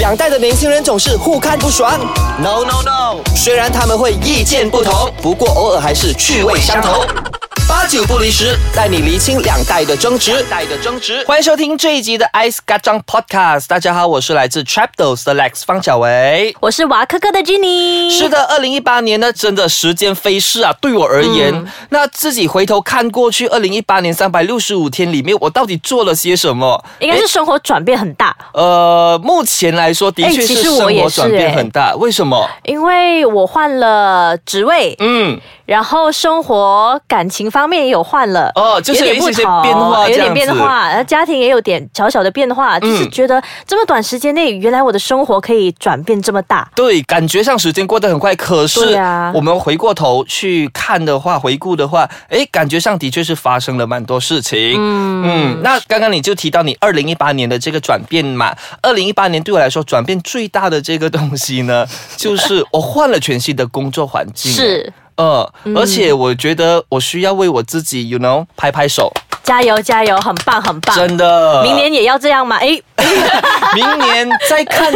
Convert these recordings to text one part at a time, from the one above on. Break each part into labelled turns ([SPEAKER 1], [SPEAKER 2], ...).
[SPEAKER 1] 两代的年轻人总是互看不爽。
[SPEAKER 2] No no no，
[SPEAKER 1] 虽然他们会意见不同，不过偶尔还是趣味相投。八九不离十，带你厘清两代的争执。
[SPEAKER 2] 代的争执。
[SPEAKER 1] 欢迎收听这一集的 Ice g a j a n Podcast。大家好，我是来自 Trapdos 的 Lex 方小维。
[SPEAKER 3] 我是娃科科的 Jenny。
[SPEAKER 1] 是的，二零一八年呢，真的时间飞逝啊。对我而言，那自己回头看过去，二零一八年三百六十五天里面，我到底做了些什么？
[SPEAKER 3] 应该是生活转变很大，
[SPEAKER 1] 呃，目前来说的
[SPEAKER 3] 哎
[SPEAKER 1] 确
[SPEAKER 3] 其
[SPEAKER 1] 是
[SPEAKER 3] 实
[SPEAKER 1] 生
[SPEAKER 3] 我也
[SPEAKER 1] 活
[SPEAKER 3] 是
[SPEAKER 1] 转变
[SPEAKER 3] 哎
[SPEAKER 1] 很大。为什么？
[SPEAKER 3] 因为我换了职位，
[SPEAKER 1] 嗯，
[SPEAKER 3] 然后生活感情方面也有换了，
[SPEAKER 1] 哦就是
[SPEAKER 3] 有点
[SPEAKER 1] 有
[SPEAKER 3] 不
[SPEAKER 1] 一些
[SPEAKER 3] 同，
[SPEAKER 1] 变化
[SPEAKER 3] 有
[SPEAKER 1] 这样
[SPEAKER 3] 点变
[SPEAKER 1] 子嗯
[SPEAKER 3] 化，然后家庭也有点小小的变化，就是觉得这么短时间内，原来我的生活可以转变这么大。
[SPEAKER 1] 对，感觉上时间过得很快，可是
[SPEAKER 3] 对啊
[SPEAKER 1] 我们回过头去看的话，回顾的话，诶，感觉上的确是发生了蛮多事情。嗯那刚刚你就提到你二零一八年的这个转变嘛，二零一八年对我来说转变最大的这个东西 呢，就是我换了全新的工作环境。。
[SPEAKER 3] 是，嗯
[SPEAKER 1] 呃，而且我觉得我需要为我自己，you know，拍拍手，
[SPEAKER 3] 加油加油，很棒很棒。
[SPEAKER 1] 真的。
[SPEAKER 3] 明年也要这样吗？哎，
[SPEAKER 1] 明年再 看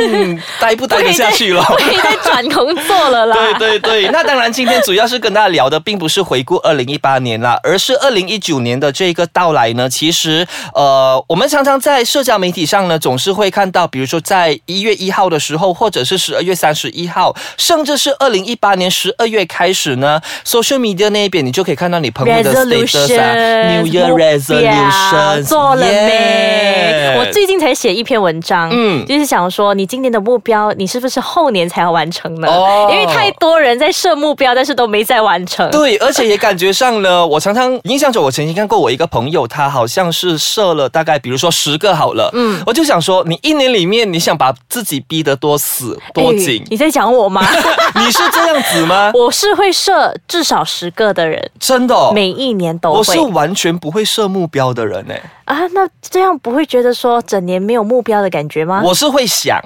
[SPEAKER 1] 待不待得下去了。
[SPEAKER 3] 可以再转工作了啦。
[SPEAKER 1] 对对对， 那当然，今天主要是跟大家聊的，并不是回顾二零一八年啦，而是二零一九年的这个到来呢。其实，呃，我们常常在社交媒体上呢，总是会看到，比如说在一月一号的时候，或者是十二月三十一号，甚至是二零一八年十二月开始呢，social media 那一边你就可以看到你朋友的 status 啊
[SPEAKER 3] resolution，
[SPEAKER 1] ，New Year
[SPEAKER 3] 目标啊
[SPEAKER 1] resolution
[SPEAKER 3] 做了没
[SPEAKER 1] Yeah
[SPEAKER 3] 我最近才写一篇文章，
[SPEAKER 1] 嗯
[SPEAKER 3] 就是想说你今年的目标，你是不是后年才要完成呢？
[SPEAKER 1] 哦
[SPEAKER 3] 因为太多人在设目标，但是都没在完成。
[SPEAKER 1] 对，而且也感觉上呢，我常常印象中，我曾经看过我一个朋友，他好像是设了大概，比如说十个好了，嗯，我就想说，你一年里面你想把自己逼得多死多紧
[SPEAKER 3] 哎，你在讲我吗？
[SPEAKER 1] 你是这样子吗？
[SPEAKER 3] 我是会设至少十个的人，
[SPEAKER 1] 真的、哦，
[SPEAKER 3] 每一年都
[SPEAKER 1] 我是
[SPEAKER 3] 会
[SPEAKER 1] 完全不会设目标的人哎，
[SPEAKER 3] 啊。那这样不会觉得说整年没有目标的感觉吗？
[SPEAKER 1] 我是会想。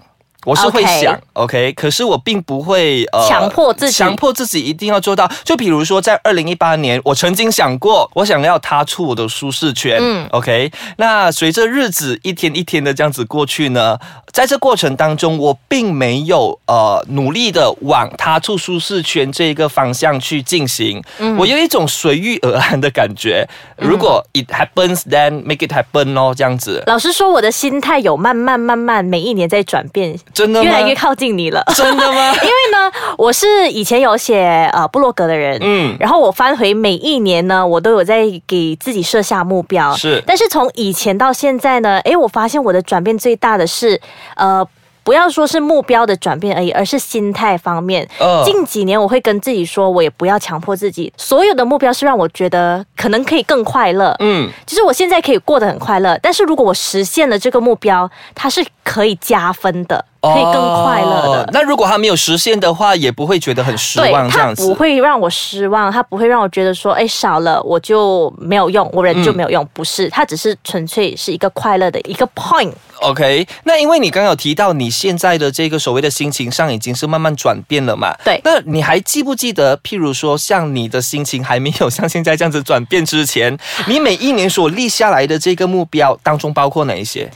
[SPEAKER 1] 我是会
[SPEAKER 3] 啊 OK
[SPEAKER 1] 想 OK，可是我并不会呃
[SPEAKER 3] 强迫自己
[SPEAKER 1] 强迫自己一定要做到。就比如说，在二零一八年，我曾经想过，我想要踏出我的舒适圈。嗯，OK。那随着日子一天一天的这样子过去呢，在这过程当中，我并没有呃努力的往踏出舒适圈这一个方向去进行。
[SPEAKER 3] 嗯
[SPEAKER 1] 我有一种随遇而安的感觉。如果 it happens，then make it happen 咯，这样子。
[SPEAKER 3] 老实说，我的心态有慢慢慢慢每一年在转变，
[SPEAKER 1] 真的吗？
[SPEAKER 3] 越来越靠近你了。
[SPEAKER 1] 真的吗？
[SPEAKER 3] 因为呢，我是以前有写呃部落格的人，
[SPEAKER 1] 嗯
[SPEAKER 3] 然后我翻回每一年呢，我都有在给自己设下目标，
[SPEAKER 1] 是
[SPEAKER 3] 但是从以前到现在呢，诶，我发现我的转变最大的是，呃。不要说是目标的转变而已，而是心态方面。
[SPEAKER 1] 嗯
[SPEAKER 3] 近几年我会跟自己说，我也不要强迫自己，所有的目标是让我觉得可能可以更快乐。
[SPEAKER 1] 嗯，
[SPEAKER 3] 就是我现在可以过得很快乐，但是如果我实现了这个目标，它是可以加分的，可以更快乐的。
[SPEAKER 1] 哦那如果他没有实现的话，也不会觉得很失
[SPEAKER 3] 对，
[SPEAKER 1] 望，这
[SPEAKER 3] 它
[SPEAKER 1] 样子
[SPEAKER 3] 不。会让我失望，它不会让我觉得说，哎，少了我就没有用，我
[SPEAKER 1] 嗯
[SPEAKER 3] 人就没有用，不是，它只是纯粹是一个快乐的一个 point。
[SPEAKER 1] OK，那因为你刚刚有提到你现在的这个所谓的心情上已经是慢慢转变了嘛？
[SPEAKER 3] 对
[SPEAKER 1] 那你还记不记得，譬如说像你的心情还没有像现在这样子转变之 前，你每一年所立下来的这个目标当中包括哪一些？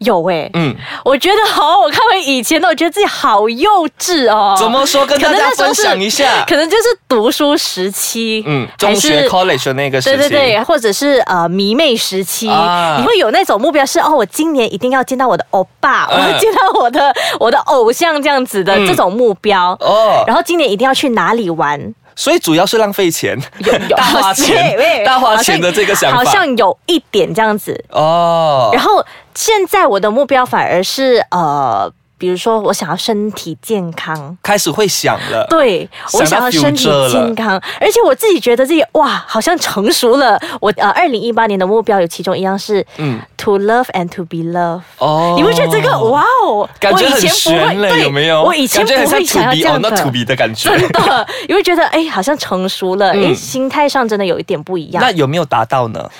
[SPEAKER 3] 有哎、
[SPEAKER 1] 嗯，
[SPEAKER 3] 我觉得好，我看回以前的，我觉得自己好幼稚哦。
[SPEAKER 1] 怎么说？跟
[SPEAKER 3] 可
[SPEAKER 1] 大
[SPEAKER 3] 能
[SPEAKER 1] 家
[SPEAKER 3] 那时候
[SPEAKER 1] 分
[SPEAKER 3] 是
[SPEAKER 1] 享一下。
[SPEAKER 3] 可能就是读书时期，
[SPEAKER 1] 嗯，中
[SPEAKER 3] 还
[SPEAKER 1] 学
[SPEAKER 3] 是
[SPEAKER 1] college 的那个时期。
[SPEAKER 3] 对对对，或者是呃迷妹时期，
[SPEAKER 1] 啊
[SPEAKER 3] 你会有那种目标是哦，我今年一定要见到我的欧巴，
[SPEAKER 1] 嗯
[SPEAKER 3] 我要见到我的我的偶像这样子的、
[SPEAKER 1] 嗯
[SPEAKER 3] 这种目标。
[SPEAKER 1] 哦，
[SPEAKER 3] 然后今年一定要去哪里 玩？
[SPEAKER 1] 所以主要是浪费钱，
[SPEAKER 3] 有
[SPEAKER 1] 大花
[SPEAKER 3] 喂喂
[SPEAKER 1] 钱，大花钱的这个想法。
[SPEAKER 3] 好像好像有一点这样子。
[SPEAKER 1] 哦，
[SPEAKER 3] 然后现在我的目标反而是呃，比如说我想要身体健康，
[SPEAKER 1] 开始会想了。
[SPEAKER 3] 对我
[SPEAKER 1] 呃想
[SPEAKER 3] 想
[SPEAKER 1] 到
[SPEAKER 3] 要身体
[SPEAKER 1] future 了
[SPEAKER 3] 健康，而且我自己觉得自己哇，好像成熟了。我呃，二零一八年的目标有其中一样是，
[SPEAKER 1] 嗯
[SPEAKER 3] 嗯，to love and to be loved。
[SPEAKER 1] 哦
[SPEAKER 3] 你会觉得这个哇哦，
[SPEAKER 1] 感觉
[SPEAKER 3] 我以
[SPEAKER 1] 很
[SPEAKER 3] 前不会
[SPEAKER 1] 悬嘞，
[SPEAKER 3] 对
[SPEAKER 1] 有没有？
[SPEAKER 3] 我以前
[SPEAKER 1] 感觉很
[SPEAKER 3] 不会想要这
[SPEAKER 1] 像哦
[SPEAKER 3] 样
[SPEAKER 1] to be or not to
[SPEAKER 3] 的。
[SPEAKER 1] be 的感觉。
[SPEAKER 3] 真的， 你会觉得哎，好像成熟了，
[SPEAKER 1] 嗯
[SPEAKER 3] 哎，心态上真的有一点不一样
[SPEAKER 1] 那，有没有达到呢？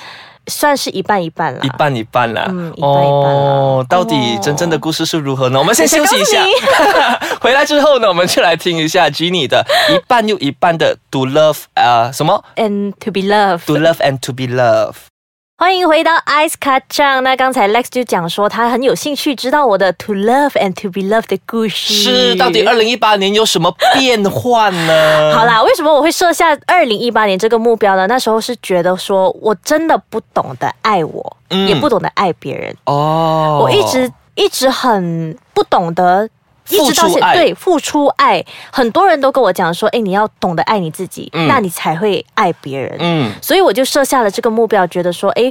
[SPEAKER 3] 算是一半一半啦。
[SPEAKER 1] 一半一半啦。
[SPEAKER 3] 啊嗯一半一半啦
[SPEAKER 1] 哦，到底
[SPEAKER 3] 哦
[SPEAKER 1] 真正的故事是如何呢？我们先休
[SPEAKER 3] 等下
[SPEAKER 1] 息一 下
[SPEAKER 3] 告。
[SPEAKER 1] 回来之后呢，我们就来听一下 Jenny 的一半又一半的 To Love 啊、呃什么
[SPEAKER 3] and to be loved。
[SPEAKER 1] To Love and To Be Love。
[SPEAKER 3] 欢迎回到 Ice c a t 那刚才 Lex 就讲说他很有兴趣知道我的 To Love and To Be Loved 的故事。
[SPEAKER 1] 是，到底二零一八年有什么变换呢？
[SPEAKER 3] 好啦，为什么我会设下二零一八年这个目标呢？那时候是觉得说我真的不懂得爱我，
[SPEAKER 1] 嗯
[SPEAKER 3] 也不懂得爱别人，
[SPEAKER 1] 哦，
[SPEAKER 3] 我一直一直很不懂得。一直到
[SPEAKER 1] 付出
[SPEAKER 3] 现
[SPEAKER 1] 爱
[SPEAKER 3] 对付出爱，很多人都跟我讲说，哎，你要懂得爱你自己，那你才会爱别人。
[SPEAKER 1] 嗯
[SPEAKER 3] 所以我就设下了这个目标，觉得说，哎，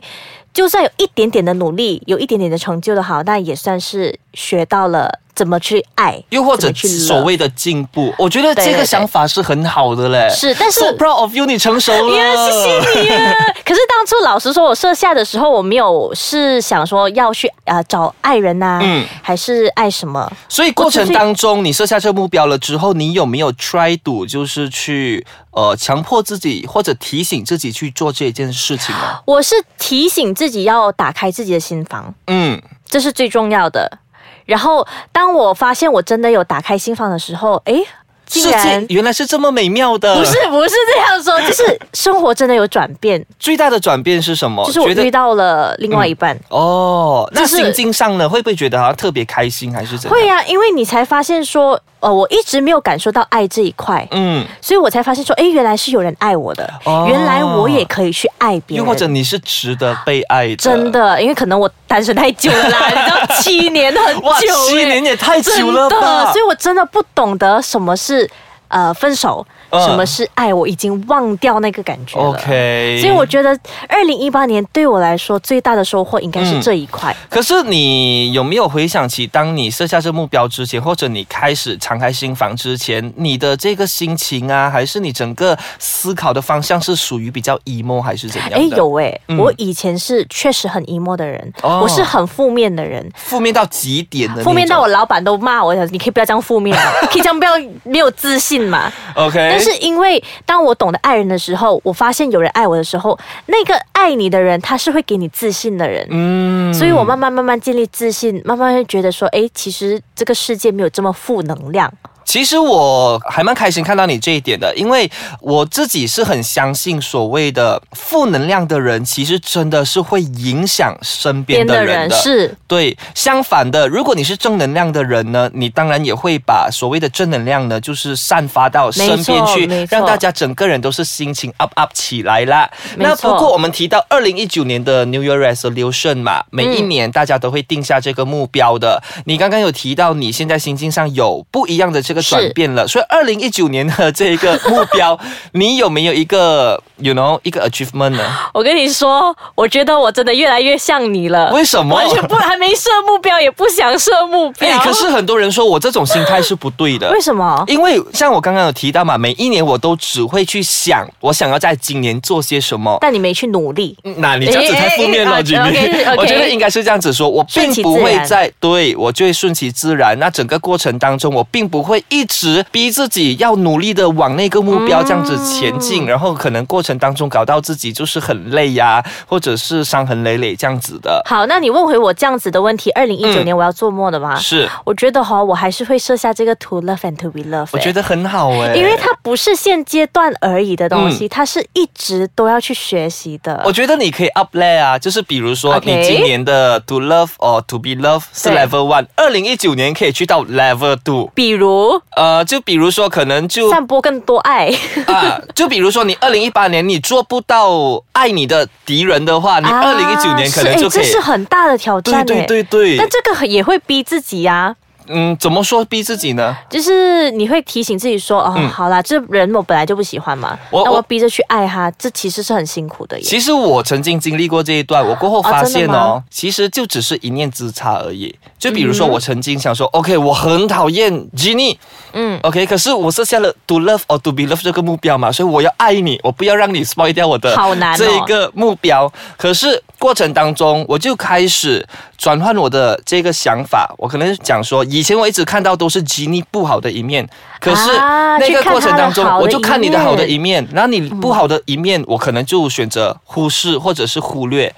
[SPEAKER 3] 就算有一点点的努力，有一点点的成就的好，那也算是学到了怎么去爱，
[SPEAKER 1] 又或者
[SPEAKER 3] 怎么去 love
[SPEAKER 1] 所谓的进步，我觉得这
[SPEAKER 3] 对
[SPEAKER 1] 个
[SPEAKER 3] 对
[SPEAKER 1] 想法是很好的嘞。
[SPEAKER 3] 是但是
[SPEAKER 1] so proud of you，你成熟了。
[SPEAKER 3] 哎呀，谢谢你 啊！可是当初老实说，我设下的时候，我没有是想说要去啊、呃找爱人呐、
[SPEAKER 1] 嗯
[SPEAKER 3] 还是爱什么？
[SPEAKER 1] 所以过程当中，你设下这个目标了之后，你有没有 try to 就是去呃强迫自己或者提醒自己去做这件事情啊呢？
[SPEAKER 3] 我是提醒自己要打开自己的心房，
[SPEAKER 1] 嗯，
[SPEAKER 3] 这是最重要的。然后，当我发现我真的有打开心房的时候，诶，竟
[SPEAKER 1] 世界
[SPEAKER 3] 然
[SPEAKER 1] 原来是这么美妙的。
[SPEAKER 3] 不是不是这样说，就是生活真的有转变，
[SPEAKER 1] 最大的转变是什么？
[SPEAKER 3] 就是我
[SPEAKER 1] 哦觉得
[SPEAKER 3] 遇到了另外一半。
[SPEAKER 1] 哦，那
[SPEAKER 3] 就是
[SPEAKER 1] 心境上呢，会不会觉得好像特别开心还是怎样？
[SPEAKER 3] 会呀、因为你才发现说，呃，我一直没有感受到爱这一块，
[SPEAKER 1] 嗯，
[SPEAKER 3] 所以我才发现说，哎，原来是有人爱我的，
[SPEAKER 1] 哦
[SPEAKER 3] 原来我也可以去爱别
[SPEAKER 1] 又
[SPEAKER 3] 人。
[SPEAKER 1] 或者呃你是值得被爱的，
[SPEAKER 3] 真的，因为可能我单身太久了啦，你知道七年很久、
[SPEAKER 1] 哇，
[SPEAKER 3] 欸，
[SPEAKER 1] 七年也太久了
[SPEAKER 3] 真的
[SPEAKER 1] 吧
[SPEAKER 3] 所以？我真的不懂得什么是呃分手，
[SPEAKER 1] 嗯
[SPEAKER 3] 什么是爱，我已经忘掉那个感觉了。
[SPEAKER 1] OK，
[SPEAKER 3] 所以我觉得二零一八年对我来说最大的收获应该
[SPEAKER 1] 嗯
[SPEAKER 3] 是这一块。
[SPEAKER 1] 可是你有没有回想起，当你设下这目标之前，或者你开始敞开心房之前，你的这个心情啊，还是你整个思考的方向是属于比较 emo 还是怎样的？
[SPEAKER 3] 哎、有哎、
[SPEAKER 1] 嗯
[SPEAKER 3] 我以前是确实很 emo 的人，
[SPEAKER 1] 哦
[SPEAKER 3] 我是很负面的人，
[SPEAKER 1] 负面到极点的那种，
[SPEAKER 3] 负面到我老板都骂我，你可以不要这样负面 嘛，可以这样不要没有自信嘛。
[SPEAKER 1] OK，
[SPEAKER 3] 但是因为当我懂得爱人的时候，我发现有人爱我的时候，那个爱你的人他是会给你自信的人，
[SPEAKER 1] 嗯
[SPEAKER 3] 所以我慢慢慢慢建立自信，慢慢会觉得说，哎，其实这个世界没有这么负能量。
[SPEAKER 1] 其实我还蛮开心看到你这一点的，因为我自己是很相信所谓的负能量的人，其实真的是会影响身边的人的。
[SPEAKER 3] 是
[SPEAKER 1] 对，相反的，如果你是正能量的人呢，你当然也会把所谓的正能量呢，就是散发到身边去
[SPEAKER 3] 没错没，错
[SPEAKER 1] 让大家整个人都是心情 up up 起来啦。
[SPEAKER 3] 没错
[SPEAKER 1] 那不过我们提到二零一九年的 New Year Resolution 嘛，每一年大家都会定下这个目标的。你刚刚有提到你现在心境上有不一样的这个转变了，所以二零一九年的这个目标，你有没有一个 you know 一个 achievement 呢？
[SPEAKER 3] 我跟你说，我觉得我真的越来越像你了。
[SPEAKER 1] 为什么
[SPEAKER 3] 完全不还没设目标，也不想设目
[SPEAKER 1] 哎、
[SPEAKER 3] 标。
[SPEAKER 1] 可是很多人说我这种心态是不对的。
[SPEAKER 3] 为什么？
[SPEAKER 1] 因为像我刚刚有提到嘛，每一年我都只会去想我想要在今年做些什么。
[SPEAKER 3] 但你没去努力。
[SPEAKER 1] 那你这样子太负面了，
[SPEAKER 3] 哎
[SPEAKER 1] 吉
[SPEAKER 3] 哎哎
[SPEAKER 1] 米。
[SPEAKER 3] OK，OK
[SPEAKER 1] 我觉得应该是这样子说，我并
[SPEAKER 3] 顺其自
[SPEAKER 1] 不
[SPEAKER 3] 然
[SPEAKER 1] 会在对我就会顺其自然。那整个过程当中，我并不会一直逼自己要努力的往那个目标这样子前
[SPEAKER 3] 嗯
[SPEAKER 1] 进，然后可能过程当中搞到自己就是很累呀、或者是伤痕累累这样子的。
[SPEAKER 3] 好，那你问回我这样子的问题，二零一九
[SPEAKER 1] 嗯
[SPEAKER 3] 年我要做梦的吗？
[SPEAKER 1] 是，
[SPEAKER 3] 我觉得哈，我还是会设下这个 to love and to be loved 欸。
[SPEAKER 1] 我觉得很好哎、
[SPEAKER 3] 因为它不是现阶段而已的东西，它是一直都要去学习的。
[SPEAKER 1] 嗯我觉得你可以 up l e 啊，就是比如说
[SPEAKER 3] OK
[SPEAKER 1] 你今年的 to love or to be love 是
[SPEAKER 3] 对
[SPEAKER 1] level one，二零一九年可以去到 level two。
[SPEAKER 3] 比如
[SPEAKER 1] 呃，就比如说可能就
[SPEAKER 3] 散播更多爱，
[SPEAKER 1] 啊，就比如说你二零一八年你做不到爱你的敌人的话，你二零一九年可能
[SPEAKER 3] 啊是
[SPEAKER 1] 就
[SPEAKER 3] 哎
[SPEAKER 1] 可
[SPEAKER 3] 这
[SPEAKER 1] 以
[SPEAKER 3] 是。很大的挑战
[SPEAKER 1] 对
[SPEAKER 3] 欸
[SPEAKER 1] 对对对
[SPEAKER 3] 但，这个也会逼自己呀、
[SPEAKER 1] 嗯，怎么说逼自己呢？
[SPEAKER 3] 就是你会提醒自己说，哦，
[SPEAKER 1] 嗯
[SPEAKER 3] 好啦，这人我本来就不喜欢嘛，
[SPEAKER 1] 我
[SPEAKER 3] 那我
[SPEAKER 1] 我
[SPEAKER 3] 逼着去爱他，这其实是很辛苦的耶。
[SPEAKER 1] 其实我曾经经历过这一段，我过后发现
[SPEAKER 3] 啊真的
[SPEAKER 1] 哦
[SPEAKER 3] 吗，
[SPEAKER 1] 其实就只是一念之差而已。就比如
[SPEAKER 3] 嗯
[SPEAKER 1] 说，我曾经想说、o k 我很讨厌 Jenny，嗯
[SPEAKER 3] 嗯
[SPEAKER 1] ，OK，可是我设下了 to love or to be love 这个目标嘛，所以我要爱你，我不要让你 spoil 掉我的
[SPEAKER 3] 好难哦
[SPEAKER 1] 这一个目标。可是过程当中，我就开始转换我的这个想法，我可能讲说，以前我一直看到都是 Jenny 不好的一面，可是
[SPEAKER 3] 啊
[SPEAKER 1] 那个
[SPEAKER 3] 去看
[SPEAKER 1] 过程
[SPEAKER 3] 她的
[SPEAKER 1] 当中，
[SPEAKER 3] 好的
[SPEAKER 1] 我就看你
[SPEAKER 3] 一
[SPEAKER 1] 的好的
[SPEAKER 3] 面嗯
[SPEAKER 1] 一面，然后你不好的一面，我可能就选择忽视或者是忽略。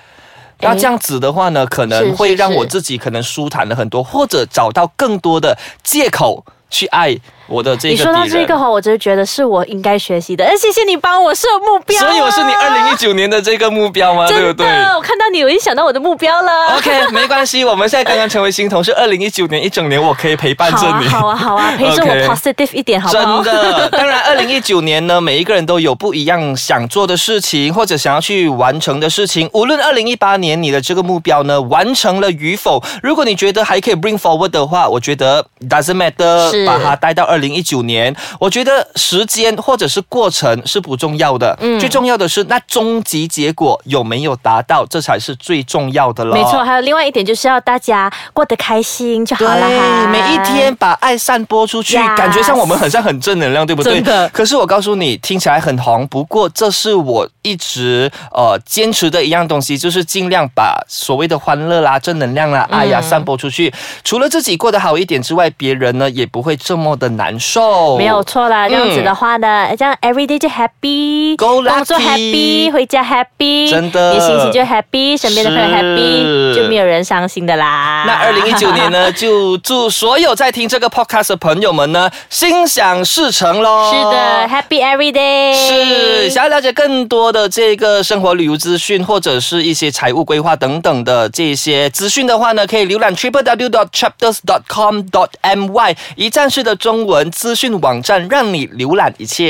[SPEAKER 1] 那这样子的话呢，可
[SPEAKER 3] 是
[SPEAKER 1] 能
[SPEAKER 3] 是
[SPEAKER 1] 会让
[SPEAKER 3] 是
[SPEAKER 1] 我自己可能舒坦了很多，或者找到更多的借口去爱我的这个
[SPEAKER 3] 你
[SPEAKER 1] 敌
[SPEAKER 3] 说
[SPEAKER 1] 人。
[SPEAKER 3] 到这个哈，我真的觉得是我应该学习的。哎，谢谢你帮我设目标、啊
[SPEAKER 1] 所以我是你二零一九年的这个目标吗？对不哦
[SPEAKER 3] 真
[SPEAKER 1] 对？
[SPEAKER 3] 的，我看到你，我一想到我的目标了。
[SPEAKER 1] OK，没关系，我们现在刚刚成为新同事，二零一九年一整年我可以陪伴着
[SPEAKER 3] 好啊
[SPEAKER 1] 你。，
[SPEAKER 3] 好啊，好 啊，陪着我
[SPEAKER 1] OK
[SPEAKER 3] positive 一点，好不好？
[SPEAKER 1] 真的，当 然，二零一九年呢，每一个人都有不一样想做的事情，或者想要去完成的事情。无论二零一八年你的这个目标呢完成了与否，如果你觉得还可以 bring forward 的话，我觉得 doesn't
[SPEAKER 3] 是
[SPEAKER 1] matter，把它带到二零一九年。我觉得时间或者是过程是不重要的，
[SPEAKER 3] 嗯
[SPEAKER 1] 最重要的是那终极结果有没有达到，这才是最重要的了。
[SPEAKER 3] 没错，还有另外一点就是要大家过得开心就好了哈。
[SPEAKER 1] 每一天把爱散播出去
[SPEAKER 3] Yes
[SPEAKER 1] 感觉上我们很像很正能量，对不对？
[SPEAKER 3] 真的
[SPEAKER 1] 可是我告诉你，听起来很红，不过这是我一直呃坚持的一样东西，就是尽量把所谓的欢乐啦、正能量啦、
[SPEAKER 3] 嗯
[SPEAKER 1] 爱呀、散播出去。除了自己过得好一点之外，别人呢也不会这么的难受。
[SPEAKER 3] 没有。错啦，这样子的话呢，这样 every day 就 happy，
[SPEAKER 1] 嗯 Go lucky
[SPEAKER 3] 工作 happy，回家 happy，
[SPEAKER 1] 真的
[SPEAKER 3] 你心情就 happy，身边的朋友 happy，
[SPEAKER 1] 是
[SPEAKER 3] 就没有人伤心的啦。
[SPEAKER 1] 那二零一九年呢，就祝所有在听这个 podcast 的朋友们呢，心想事成喽！
[SPEAKER 3] 是的，happy every day。
[SPEAKER 1] 哦是，想要了解更多的这个生活旅游资讯，或者是一些财务规划等等的这些资讯的话呢，可以浏览 triple w dot chapters dot com dot my 一站式的中文资讯网站，让你浏览一切。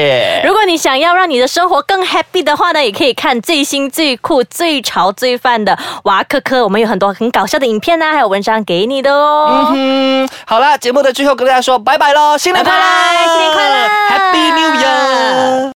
[SPEAKER 3] 如果你想要让你的生活更 happy 的话呢，也可以看最新、最酷、最潮、最范的娃科科，我们有很多很搞笑的影片啊，还有文章给你的哦。
[SPEAKER 1] 嗯，好啦，节目的最后跟大家说拜拜喽，新年快乐，
[SPEAKER 3] 拜拜新年快乐
[SPEAKER 1] ，Happy New Year。